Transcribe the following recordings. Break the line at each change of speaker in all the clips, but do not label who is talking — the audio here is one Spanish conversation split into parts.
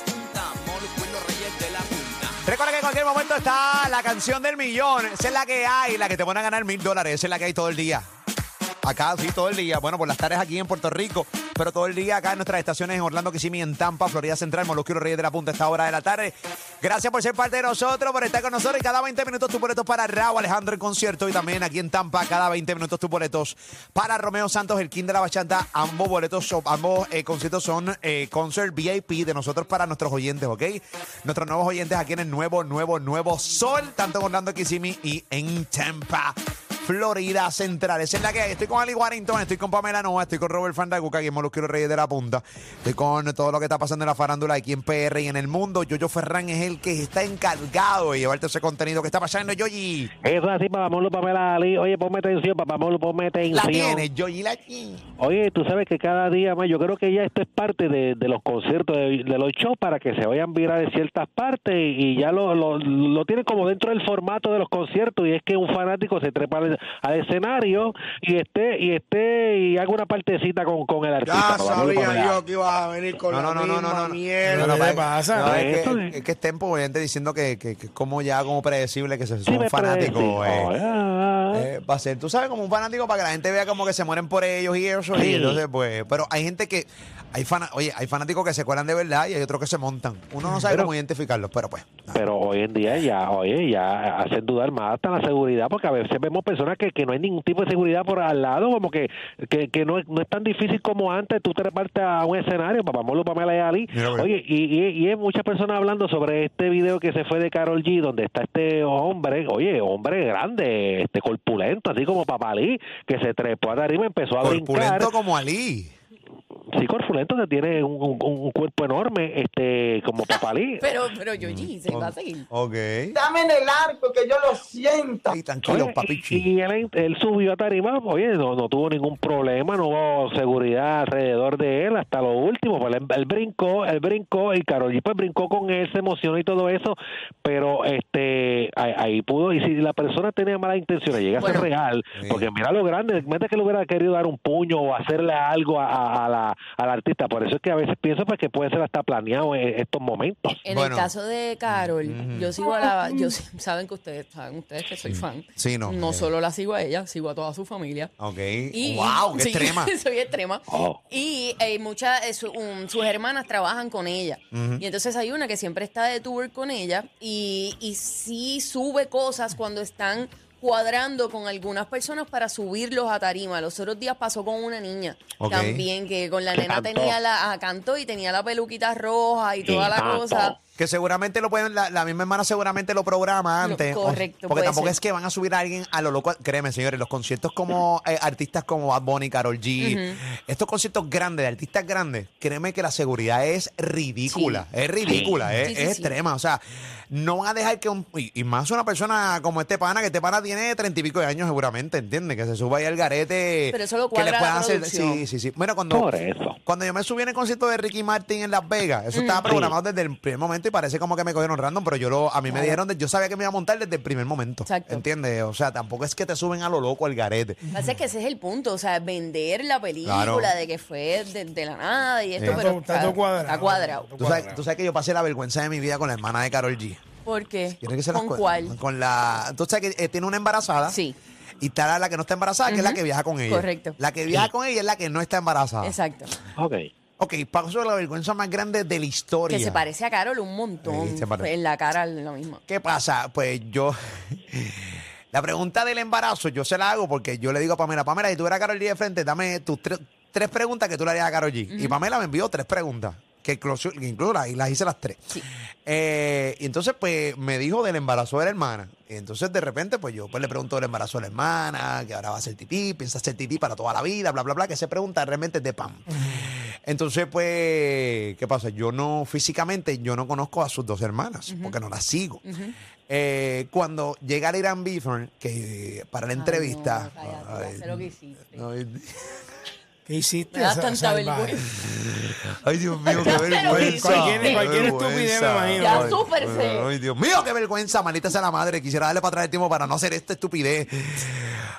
Estamos los cuernos reyes de la punta.
Recuerda que en cualquier momento está la canción del millón. Esa es la que hay, la que te pone a ganar mil dólares. Esa es la que hay todo el día. Acá sí, todo el día. Bueno, por las tardes aquí en Puerto Rico, pero todo el día acá en nuestras estaciones en Orlando, Kissimmee, en Tampa, Florida Central, Molusquero Reyes de la Punta a esta hora de la tarde. Gracias por ser parte de nosotros, por estar con nosotros. Y cada 20 minutos tus boletos para Raúl Alejandro en concierto. Y también aquí en Tampa, cada 20 minutos tus boletos para Romeo Santos, el King de la Bachata. Ambos boletos, son- ambos eh, conciertos son eh, concert VIP de nosotros para nuestros oyentes, ¿ok? Nuestros nuevos oyentes aquí en el nuevo, nuevo, nuevo Sol, tanto en Orlando, Kissimmee y en Tampa. Florida Central. Esa es la que hay. Estoy con Ali Warrington, estoy con Pamela Nova, estoy con Robert Fandaguca, aquí en Molusquero Reyes de la Punta. Estoy con todo lo que está pasando en la farándula aquí en PR y en el mundo. Yoyo Ferran es el que está encargado de llevarte ese contenido que está pasando, Yoyi.
Eso es así, Papamolo, Pamela Ali. Oye, ponme atención, Papamolo, ponme
La
atención.
tienes, Yoyi, la tienes.
Oye, tú sabes que cada día más, yo creo que ya esto es parte de, de los conciertos, de, de los shows, para que se vayan virar de ciertas partes y, ya lo, lo, lo tienen como dentro del formato de los conciertos y es que un fanático se trepa al, al escenario y esté y esté y haga una partecita con, con el artista.
Ya
Papamolo,
sabía
Pamela.
yo que ibas a venir con
No, no,
la
no, no,
misma
no, no. No,
mierda.
no,
¿Qué
pa-
te pasa?
no, es,
Esto
que,
es-
es que es tempo, gente diciendo que, que, que como ya como predecible que se,
Sí,
son
me parece.
fanáticos. eh.
Oh, ah.
Eh, va a ser, tú sabes, como un fanático para que la gente vea como que se mueren por ellos y eso. Y
Sí.
entonces, pues, pero hay gente que, hay fana- oye, hay fanáticos que se cuelan de verdad y hay otros que se montan. Uno no sabe
Pero-
cómo identificarlos, pero pues. nada.
Pero hoy en día ya, oye, ya hacen dudar más hasta la seguridad, porque a veces vemos personas que, que no hay ningún tipo de seguridad por al lado, como que, que, que no, es, no es tan difícil como antes, tú te repartes a un escenario, papá Molo, Pamela y Ali.
Mira, mira.
Oye, y, y, y hay muchas personas hablando sobre este video que se fue de Carol G, donde está este hombre, oye, hombre grande, este corpulento, así como papalí, que se trepó a tarima, empezó a brincar.
Corpulento como Ali.
Sí, corpulento, que tiene un, un- un cuerpo enorme, este como papalí.
Pero, pero
Mm,
Yoyi, se va a seguir.
Ok.
Dame en el arco que yo lo sienta.
Ay, tranquilo,
Oye,
papichi.
Y, y él, él subió a tarima, oye, no, no tuvo ningún problema, no hubo seguridad alrededor de él hasta lo último, pues él, él brincó, él brincó y Carol G, pues brincó con él, se emocionó y todo eso, pero este ahí, ahí pudo, y si la persona tenía mala intención, llega a ser
Bueno.
real,
Sí.
porque mira lo grande, mete que le hubiera querido dar un puño o hacerle algo a, a- a la, al artista, por eso es que a veces pienso pues, que puede ser hasta planeado en estos momentos.
En
Bueno. Mm-hmm.
el caso de Carol, yo sigo a la. Yo, si- saben que ustedes, saben ustedes que soy fan.
Sí, no.
No
Eh.
solo la sigo a ella, sigo a toda su familia.
Ok. Oh, wow, qué
sí,
extrema.
soy extrema.
Oh.
Y eh, muchas, eh, su- um, sus hermanas trabajan con ella. Y entonces hay una que siempre está de tour con ella y, y sí sube cosas cuando están cuadrando con algunas personas para subirlos a tarima. Los otros días pasó con una niña
Ok.
también, que con la
Que
nena
cantó.
tenía la, ah, cantó y tenía la peluquita roja y
Y
toda la
cantó.
cosa.
Que seguramente lo pueden, la, la misma hermana seguramente lo programa
Lo-
antes.
correcto,
Porque
puede
tampoco
ser.
es que van a subir a alguien a lo loco. Créeme, señores, los conciertos como eh, artistas como Bad Bunny, Carol G, estos conciertos grandes, de artistas grandes, créeme que la seguridad es ridícula.
Sí.
Es ridícula, es,
Sí, sí,
es
sí.
extrema. O sea, no van a dejar que un. Y, y más una persona como este pana, que este pana tiene treinta y pico de años seguramente, ¿entiendes? Que se suba ahí al garete.
Pero eso lo
que le
cuadra la
puedan hacer.
producción.
Sí, sí, sí. Bueno, cuando.
Por eso.
Cuando yo me subí en el concierto de Ricky Martin en Las Vegas,
Mm.
eso estaba programado desde el primer momento y parece como que me cogieron random, pero yo lo, a mí me dijeron, de- yo sabía que me iba a montar desde el primer momento.
Exacto. Mm.
¿Entiendes? O sea, tampoco es que te suben a lo loco al garete.
Lo que pasa es que ese es el punto, o sea, vender la película
Claro.
de que fue de, de la nada y esto,
Sí. Está
pero
todo- está todo cuadrado.
Está cuadrado.
¿Tú sabes, tú sabes que yo pasé la vergüenza de mi vida con la hermana de Carol G.
¿Por qué?
¿Quieres que se las
¿Con
cuente?
cuál?
Con la. Tú sabes que eh, tiene una embarazada.
Sí.
Y está la que no está embarazada, que es la que viaja con ella.
Correcto.
Ah. La que viaja con ella es la que no está embarazada.
Exacto.
Okay.
Ok, paso a la vergüenza más grande de la historia.
Que se parece a Carol un montón.
Sí, se parece.
En la cara lo mismo.
¿Qué pasa? Pues yo. La pregunta del embarazo yo se la hago porque yo le digo a Pamela, Pamela, si tuviera a Carol G de frente, dame tus tre- tres preguntas que tú le harías a Carol G. Y Pamela me envió tres preguntas, que incluso, que incluso las, las hice las tres. Eh, y entonces, pues, me dijo del embarazo de la hermana. Y entonces, de repente, pues yo pues, le pregunto del embarazo de la hermana, que ahora va a ser tití, piensa ser tití para toda la vida, bla, bla, bla, que se pregunta realmente es de Pam. Entonces, pues, ¿qué pasa? Yo no, físicamente, yo no conozco a sus dos hermanas, porque no las sigo. Eh, cuando llega Irán Bithorn, que para la entrevista...
Ay, no, cállate,
Ay,
ya sé lo que hiciste.
no, ay,
¿Qué hiciste?
Me da
sa-
tanta
salvaje?
vergüenza.
ay, Dios mío, qué
Ya sé lo
vergüenza.
que
hiciste.
Qué
Cualquier
vergüenza.
estupidez, me imagino.
Ya
Ay,
súperse.
Ay, Dios mío, qué vergüenza, maldita sea la madre. Quisiera darle para atrás el tiempo para no hacer esta estupidez.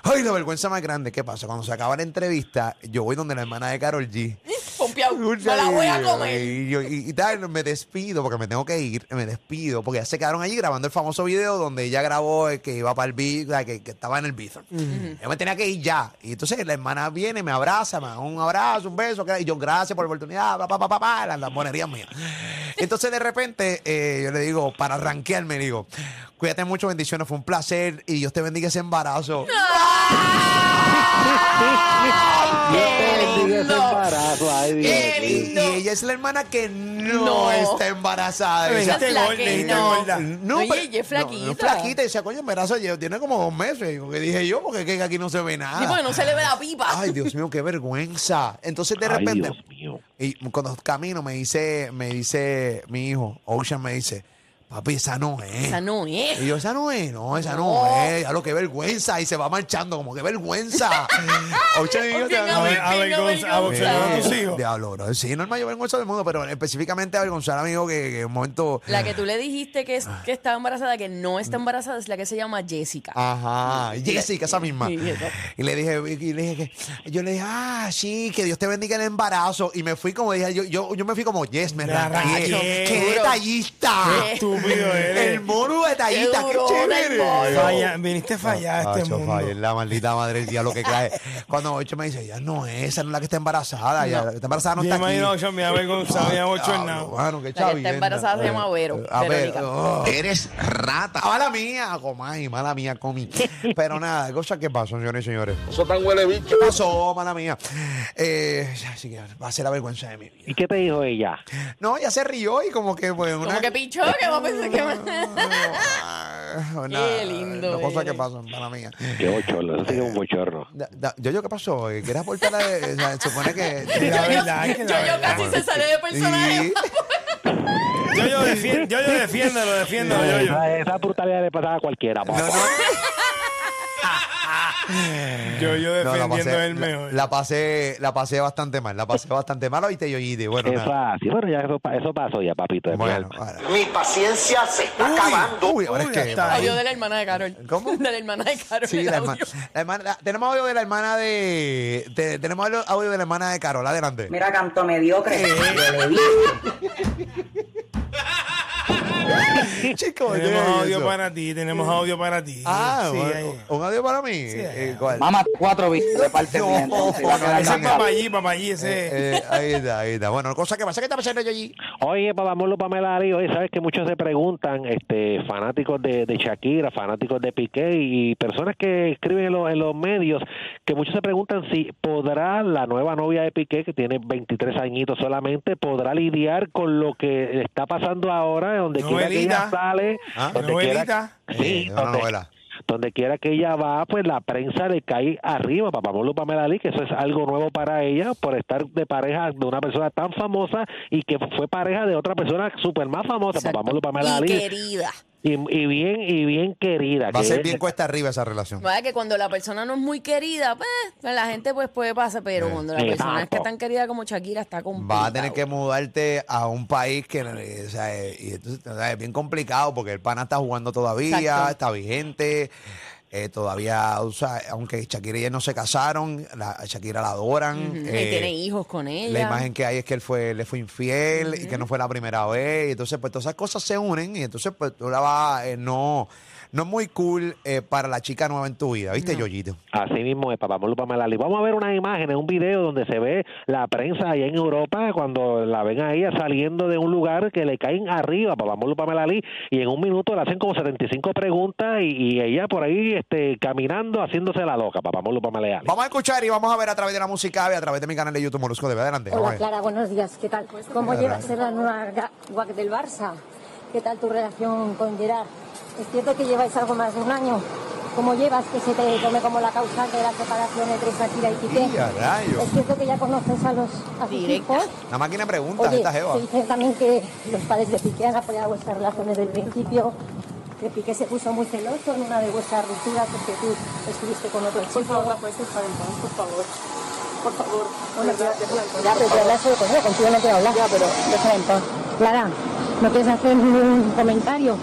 Ay, la vergüenza más grande. ¿Qué pasa? Cuando se acaba la entrevista, yo voy donde la hermana de Carol G.
Pompeado, me la voy a comer.
Y, yo- y- y tal, me despido porque me tengo que ir, me despido porque ya se quedaron allí grabando el famoso video donde ella grabó el que iba para el beat, la que, que estaba en el Bison. Yo me tenía que ir ya. Y entonces la hermana viene, me abraza, me da un abrazo, un beso, que- y yo gracias por la oportunidad, pa, pa, pa, pa, pa, las lambonerías mías. Entonces de repente eh, yo le digo, para rankearme, le digo, cuídate mucho, bendiciones, fue un placer y Dios te bendiga ese embarazo.
¡Qué
Diga ese
lindo!
embarazo, ay, Dios mío.
¡Qué
Y, y
lindo!
ella es la hermana que no,
No.
está embarazada.
Ay,
Esa-
Esa es la
gorda,
que
dijiste
no.
gorda.
No,
Oye,
pero-
ella es flaquita.
No, no es flaquita. Y decía, coño, embarazo lleva- tiene como dos meses. Porque dije yo, porque es que aquí no se ve nada.
Sí, porque no se le ve la pipa.
Ay, Dios mío, qué vergüenza. Entonces, de
Ay,
repente,
Dios mío.
y cuando camino, me dice, me dice mi hijo, Ocean me dice, papi, esa no es.
Esa no es.
Y yo, esa no es, no, esa no,
No.
es. Ya lo que vergüenza. Y se va marchando, como que vergüenza. Ocean y yo,
Porque
"Esa
A
no
ver,
es".
a ver,
Venga,
Gonza- a
venga,
boxear a
Eh,
tus hijos.
Diablo, bro. Sí, normal, yo vengo del mundo, pero específicamente avergonzar a mi hijo que, que en un momento.
La que tú le dijiste que, es,
Ah.
que estaba embarazada, que no está
Mm.
embarazada, es la que se llama Jessica.
Ah, Ajá, Jessica, esa misma.
Sí, esa.
Y le dije, y le dije que, yo le dije, ah, sí, que Dios te bendiga el embarazo. Y me fui como dije, yo, yo, yo me fui como, yes, me
Me
rayé.
rayé.
¡Qué
Duro.
detallista!
Qué estúpido eres.
El mono detallista,
Qué
qué,
duro,
chévere.
el mono.
Falla- viniste a fallar a este
oh. Nacho,
mundo.
falla, es la maldita madre del lo que cae. Cuando Ocho me dice, ya no, esa no es la que está embarazada, ya la que está embarazada no
Yo
está aquí.
imagino que me avergonzado, me
Diablo,
abochornado.
mano, qué
que está
chavienda. Eh,
embarazada se llama Vero,
A ver,
Verónica.
oh.
Eres rata.
Ah, Mala mía, Comay, mala mía, Comi. Pero nada, cosas que pasan, señores y señores.
Eso tan huele bicho.
¿Qué pasó, mala mía? Eh, así que va a ser la vergüenza de mi vida.
¿Y qué te dijo ella?
No, ya se rió y como que, pues,
Como
una.
que pichó, que va a pensar que me...
Ah,
Qué lindo
Una cosa
eres.
que pasan, mala mía.
Qué bochorno, eso sí que es un bochorno.
Da- da- yo, yo, ¿qué pasó? Eh, ¿Querías voltar a.? o sea, supone que.
La verdad es que
yo,
la
yo
verdad.
casi se sale de personaje.
Sí.
Yo, yo, defi- yo, yo, defiéndelo, defiéndelo, yo, yo.
Esa, esa brutalidad le pasaba a cualquiera, papá.
Yo,
No,
yo
la
defendiendo
pasé,
el mejor.
la, la pasé, la pasé bastante mal, la pasé bastante mal. Oíste, yo y de bueno.
Es
nada.
fácil. Bueno, ya eso, pa- eso pasó ya, papito.
Bueno, ahora.
Mi paciencia se está acabando.
Uy, ahora es
Uy,
que.
hasta
Audio de la hermana de Carol.
¿Cómo?
De la hermana de Carol.
Sí,
el
la
audio.
hermana, la hermana- la- tenemos audio de la hermana de, de- tenemos audio- audio de la hermana de Carol, adelante.
Mira, canto mediocre.
Chicos,
Tenemos
oye,
audio
eso.
para ti, tenemos audio para ti.
Ah,
Sí,
bueno,
ahí.
un audio para mí.
ahí,
Eh, ¿cuál?
Mamá, cuatro bichos de parte
No,
mía. entonces,
no,
la cara
Ese es
cambiada.
papayí, papayí, ese.
Eh, eh, ahí está, ahí está. Bueno, cosa que pasa que está pasando yo allí.
Oye, papá Molo, Pamela Ari, oye, sabes que muchos se preguntan, este, fanáticos de, de Shakira, fanáticos de Piqué y personas que escriben en, los- en los medios, que muchos se preguntan si podrá la nueva novia de Piqué, que tiene 23 añitos solamente, podrá lidiar con lo que está pasando ahora, donde quiera que
Novelita.
ella sale,
Ah,
donde
novelita.
quiera,
Eh,
sí,
una
donde-
novela.
donde quiera que ella va, pues la prensa le cae arriba, papá Molo Pamela Lee, que eso es algo nuevo para ella, por estar de pareja de una persona tan famosa y que fue pareja de otra persona súper más famosa, papá Molo Pamela
y
Lee,
querida.
y, y bien, y bien querida.
Va a
que
ser
es-
bien cuesta arriba esa relación.
¿Verdad? Que cuando la persona no es muy querida, pues la gente pues puede pasar, pero cuando la
Exacto.
persona es que tan querida como Shakira está complicado.
Vas a tener que mudarte a un país que eh, o sea, eh, y entonces, o sea, es bien complicado porque el pana está jugando todavía,
Exacto.
está vigente. eh, todavía, o sea, aunque Shakira y él no se casaron, la, a Shakira la adoran.
Ujú.
eh,
y tiene hijos con ella.
La imagen que hay es que él fue, le fue infiel y que no fue la primera vez. Y entonces, pues todas esas cosas se unen y entonces, pues tú la vas, eh, no, no es muy cool eh, para la chica nueva en tu vida, ¿viste, Yoyito?
Así mismo es, papá Molupa Malali. Vamos a ver unas imágenes, un video donde se ve la prensa allá en Europa cuando la ven a ella saliendo de un lugar que le caen arriba, papá Molupa Malali, y en un minuto le hacen como 75 preguntas y, y ella por ahí este, caminando haciéndose la loca, papá Molupa Malali.
Vamos a escuchar y vamos a ver a través de la música a través de mi canal de YouTube Molusco de Adelante. vamos a
Hola
ver.
Clara, buenos días. ¿Qué tal? ¿Cómo
Hola,
llevas
Clara.
ser la nueva ga- guac del Barça? ¿Qué tal tu relación con Gerard? Es cierto que lleváis algo más de un año. ¿Cómo llevas que se te tome como la causante de la separación entre Shakira y Piqué?
¡Y a rayos!
Es cierto que ya conoces a los a sus hijos.
La máquina de preguntas,
Oye,
esta jeva.
se dice también que los padres de Piqué han apoyado vuestra relación desde el principio. Que Piqué se puso muy celoso en una de vuestras rupturas porque tú estuviste con otro chico. Por favor, puedes estar en por favor. Por favor. Bueno, ya, ya, pero te hablas solo conmigo, contigo no quiero hablar. Ya, pero déjala en paz. Clara, ¿no quieres hacer un comentario?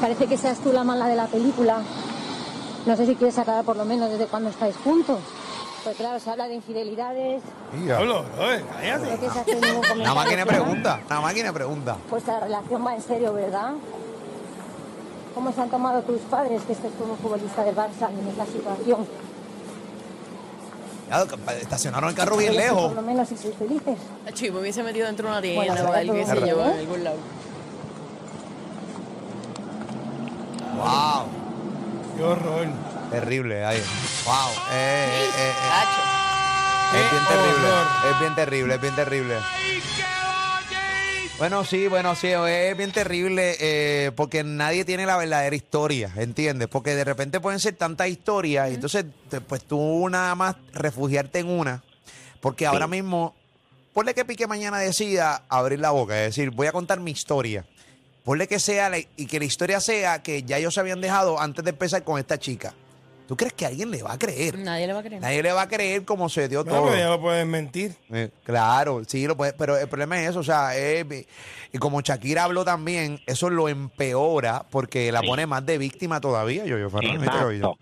Parece que seas tú la mala de la película. No sé si quieres aclarar por lo menos desde cuándo estáis juntos. Pues claro, se habla de infidelidades.
Hablo, oye,
No
cállate.
quieres hacer ningún comentario.
La máquina de
Clara?
preguntas, la máquina de preguntas.
Pues la relación va en serio, ¿verdad? ¿Cómo se han tomado tus padres que estés como futbolista del Barça en esta situación?
Ya, Estacionaron el carro bien
Pero
lejos.
Por lo menos si sois felices.
Achi, me hubiese metido dentro de una
Bueno,
tienda o
saca
algo, qué
todo
sé
un
yo, en
video.
algún lado.
¡Wow!
Qué horror.
Terrible, ahí. ¡Wow! Eh, eh, eh, eh.
Acho.
Es bien
Qué
terrible,
horror.
es bien terrible, es bien terrible. Bueno, sí, bueno, sí, es bien terrible eh, porque nadie tiene la verdadera historia, ¿entiendes? Porque de repente pueden ser tantas historias y entonces te- pues tú nada más refugiarte en una, porque ahora mismo, ponle que Pique mañana decida abrir la boca, es decir, voy a contar mi historia. Ponle que sea, la- y que la historia sea que ya ellos se habían dejado antes de empezar con esta chica. ¿Tú crees que alguien le va a creer?
Nadie le va a creer.
Nadie le va a creer cómo se dio
Bueno,
todo.
pero ya lo puedes mentir.
Eh, Claro, sí, lo puede- pero el problema es eso, o sea, eh, eh, y como Shakira habló también, eso lo empeora porque la pone más de víctima todavía, yo, yo, Fernández, yo, yo.
Exacto.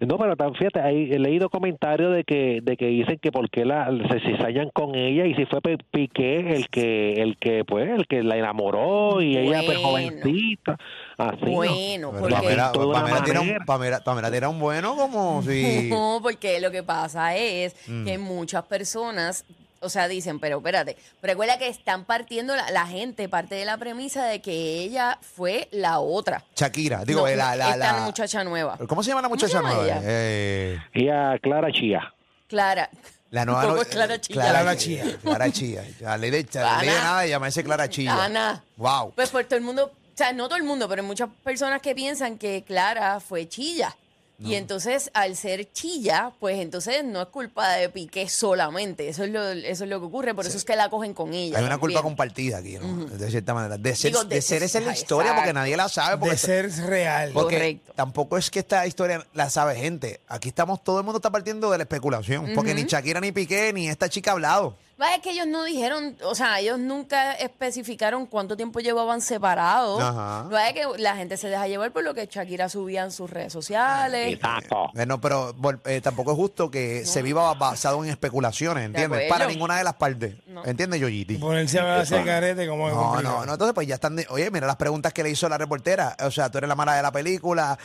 No, pero tan fíjate, ahí he leído comentarios de que de que dicen que por qué la, se cizañan con ella y si fue Pe- Piqué el que el que pues el que la enamoró y ella pues
Bueno.
jovencita, así. ¿no?
Bueno,
Pero
porque...
Pamela,
Toda una
Pamela tira un,
manera.
Pamela- Pamela tira un bueno como si...
No, porque lo que pasa es
Mm.
que muchas personas, o sea, dicen, pero espérate, recuerda que están partiendo la, la gente, parte de la premisa de que ella fue la otra.
Shakira, digo,
No,
eh, la, la,
esta
la-
muchacha nueva.
¿Cómo se llama la
¿Cómo
muchacha
se llama
nueva?
ella?
Eh,
Y a Clara Chía.
Clara.
la nueva...
Tampoco
no- eh,
es Clara Chía.
Clara Chía.
Clara Chía. Ya le le- ya le
Ana.
leí nada y llamarse Clara Chía.
Ana.
Wow.
Pues por todo el mundo, o sea, no todo el mundo, pero hay muchas personas que piensan que Clara fue chilla. Y entonces, al ser chilla, pues entonces no es culpa de Piqué solamente. Eso es lo, eso es lo que ocurre. Por eso es que la cogen con ella.
Hay una culpa
también.
compartida aquí, ¿no? de cierta manera. De ser,
Digo,
de
de
ser
ser-
esa es la
ah,
historia porque
exacto.
nadie la sabe. Porque
De ser real.
Porque
Correcto.
tampoco es que esta historia la sabe gente. Aquí estamos, todo el mundo está partiendo de la especulación. Porque ni Shakira, ni Piqué, ni esta chica ha hablado.
Va, Es que ellos no dijeron, o sea, ellos nunca especificaron cuánto tiempo llevaban separados.
Ajá.
Va, Es que la gente se deja llevar por lo que Shakira subía en sus redes sociales.
Exacto.
Eh, no, pero vol- eh, tampoco es justo que se viva basado en especulaciones, ¿entiendes?
acuerdo.
Para ninguna de las partes. ¿Entiendes, Yoyiti?
Y ponerse a hacer carete como es
No,
complicado.
no, no. Entonces, pues ya están. de- oye, mira las preguntas que le hizo la reportera. O sea, tú eres la mala de la película.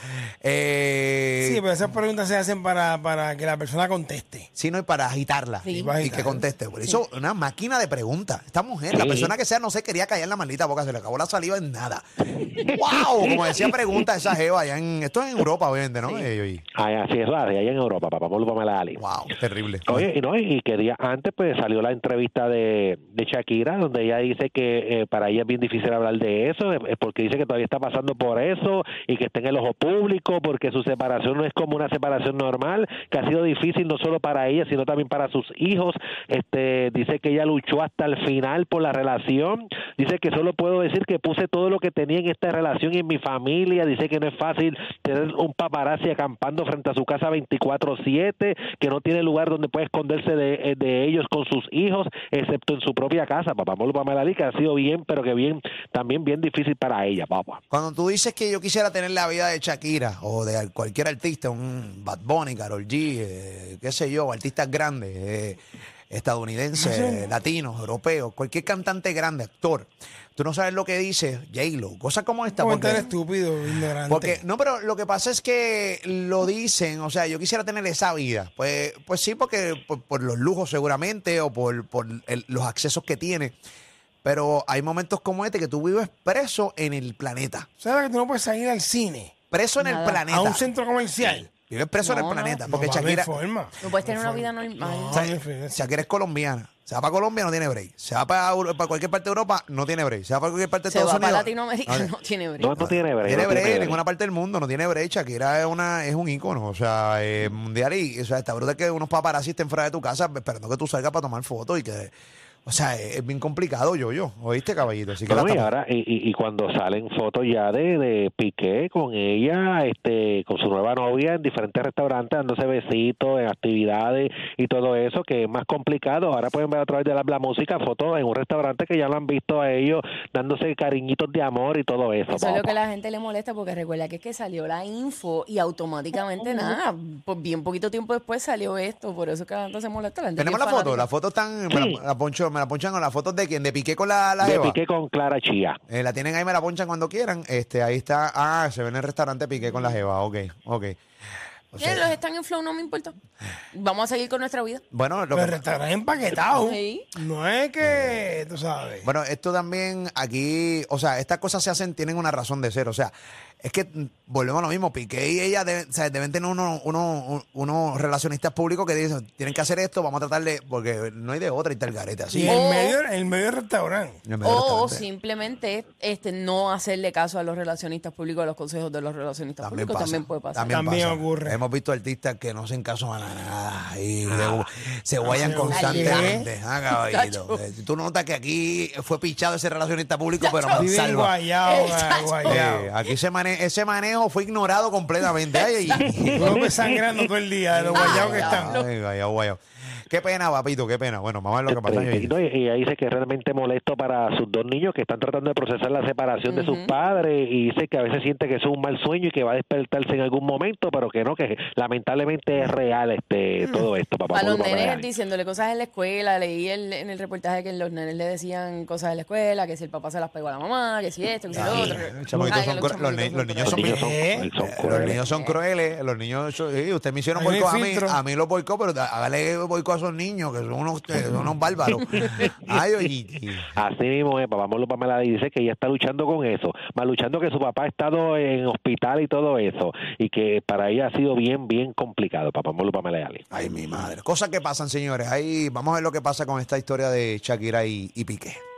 Eh,
Sí, pero esas preguntas se hacen para, para que la persona conteste.
sino y para agitarla
Sí.
y, que conteste. Por eso, una máquina de preguntas. Esta mujer, la
Sí.
persona que sea, no se quería callar la maldita boca, se le acabó la saliva en nada. ¡Wow! Como decía pregunta esa jeva allá en. Esto es en Europa, obviamente, ¿no? Eh, y-
Ay, así es raro, allá en Europa, papá Molupa Malali.
¡Wow! Terrible.
Oye, y no, y que día antes pues salió la entrevista de, de Shakira, donde ella dice que eh, para ella es bien difícil hablar de eso, eh, eh, porque dice que todavía está pasando por eso y que está en el ojo público, porque su separación no es como una separación normal, que ha sido difícil no solo para ella, sino también para sus hijos. Este dice que ella luchó hasta el final por la relación. Dice que solo puedo decir que puse todo lo que tenía en esta relación y en mi familia. Dice que no es fácil tener un paparazzi acampando frente a su casa 24/7, que no tiene lugar donde puede esconderse de, eh, de ellos con sus hijos, excepto en su propia casa. Papá Molo Pamalali, que ha sido bien, pero que bien, también bien difícil para ella, papá.
Cuando tú dices que yo quisiera tener la vida de Shakira o de cualquier artista, un Bad Bunny, Carol G, eh, qué sé yo, artistas grandes, eh, estadounidenses, eh, latinos, europeos, cualquier cantante grande, actor. Tú no sabes lo que dice J-Lo. Cosas como esta.
Como
porque-
estar estúpido, ignorante.
porque, no, pero lo que pasa es que lo dicen, o sea, yo quisiera tener esa vida. Pues, pues sí, porque por, por los lujos seguramente o por, por el- los accesos que tiene. Pero hay momentos como este que tú vives preso en el planeta.
¿Sabes que tú no puedes salir al cine?
Preso en el Nada. planeta.
A un centro comercial.
Vives preso en
No,
el
no.
planeta.
No
Porque
va a haber
Shakira,
forma.
No puedes tener una vida normal.
o sea, Shakira es colombiana. Se va para Colombia, no tiene break. Se va para, Euro- para cualquier parte de Europa, no tiene break. Se va para cualquier parte de
Se va
Estados
para
Unidos.
Latinoamérica,
no-
no tiene break.
No, no tiene break.
tiene
no
break en ninguna parte del mundo, no tiene brecha. Shakira es, una, es un ícono, o sea, eh, mundial. Y o sea, está brutal que unos paparazzi estén fuera de tu casa esperando que tú salgas para tomar fotos y que. O sea, es, es bien complicado, yo, yo. ¿Oíste, caballito? Así que
Bueno,
la
y
estamos-
ahora y, y- y cuando salen fotos ya de, de Piqué con ella, este, con su nueva novia en diferentes restaurantes dándose besitos, en actividades y todo eso que es más complicado. Ahora pueden ver a través de la, la música fotos en un restaurante que ya lo han visto a ellos dándose cariñitos de amor y todo eso.
Eso es lo que a la gente le molesta porque recuerda que es que salió la info y automáticamente nada, por bien poquito tiempo después salió esto, por eso es que la gente se molesta. La gente
Tenemos
que
la
es
foto,
fanática.
la foto están. Me la, la poncho- me la ponchan con la foto de quien, de Piqué con la, la
De
jeva.
Piqué con Clara Chía.
Eh, la tienen ahí, me la ponchan cuando quieran. Este, ahí está. Ah, se ve en el restaurante Piqué con la Jeva. Ok, ok. O sea,
Eh, los están en flow, no me importa. Vamos a seguir con nuestra vida.
bueno, lo
Pero
que-
estarás empaquetado.
Sí.
No es que, tú sabes.
Bueno, esto también aquí, o sea, estas cosas se hacen, tienen una razón de ser. O sea, es que mm, volvemos a lo mismo. Piqué y ella deben, o sea, deben tener uno- uno- un- unos relacionistas públicos que dicen, tienen que hacer esto, vamos a tratar de, porque no hay de otra y tal garete así.
Y en
O-
medio, en medio del restaurante.
Oh,
En medio del
O
restaurante.
simplemente este no hacerle caso a los relacionistas públicos, a los consejos de los relacionistas
También
públicos
pasa,
también puede pasar.
También,
También
pasa.
ocurre. Ah.
Hemos visto artistas que no hacen caso a la nada y de- se guayan
sí.
constantemente. Ah, caballito.
Muchacho.
Eh, Tú notas que aquí fue pichado ese relacionista público, pero
Muchacho.
me
Vive en
salva.
guayao,
Exacto.
guayao.
Eh, aquí se mane- ese manejo fue ignorado completamente. Ay, ay,
Tú lo ves sangrando todo el día
Ah,
de los guayados que están.
Ay, guayao, guayao. Qué pena, papito, qué pena. Bueno, mamá es lo que pasa.
Triste. No, y ella dice que es realmente molesto para sus dos niños que están tratando de procesar la separación de sus padres y dice que a veces siente que eso es un mal sueño y que va a despertarse en algún momento, pero que no, que lamentablemente es real este todo esto, papá.
A los
papá,
nenes
papá.
diciéndole cosas en la escuela, leí el- en el reportaje que los nenes le decían cosas en la escuela, que si el papá se las pegó a la mamá, que si esto, que si lo otro.
Los chamaquitos
Ay, que
son cru- los ni-
chamaquitos
los niños
Los
son
niños son,
¿Eh?
son
Eh, Los
crueles.
niños son crueles, los niños, son- sí, ustedes me hicieron
Ahí no hay
boicot a mí,
filtro.
a mí los boicot, pero hágale boicot a esos niños, que son unos, eh, son unos bárbaros. Ay, oye,
Así mismo es, papá Molo Pamela dice que ella está luchando con eso, más luchando que su papá ha estado en hospital y todo eso, y que para ella ha sido bien, bien complicado, papá Molo Pamela y Ali.
ay, mi madre. Cosas que pasan, señores. Ahí vamos a ver lo que pasa con esta historia de Shakira y, y Piqué.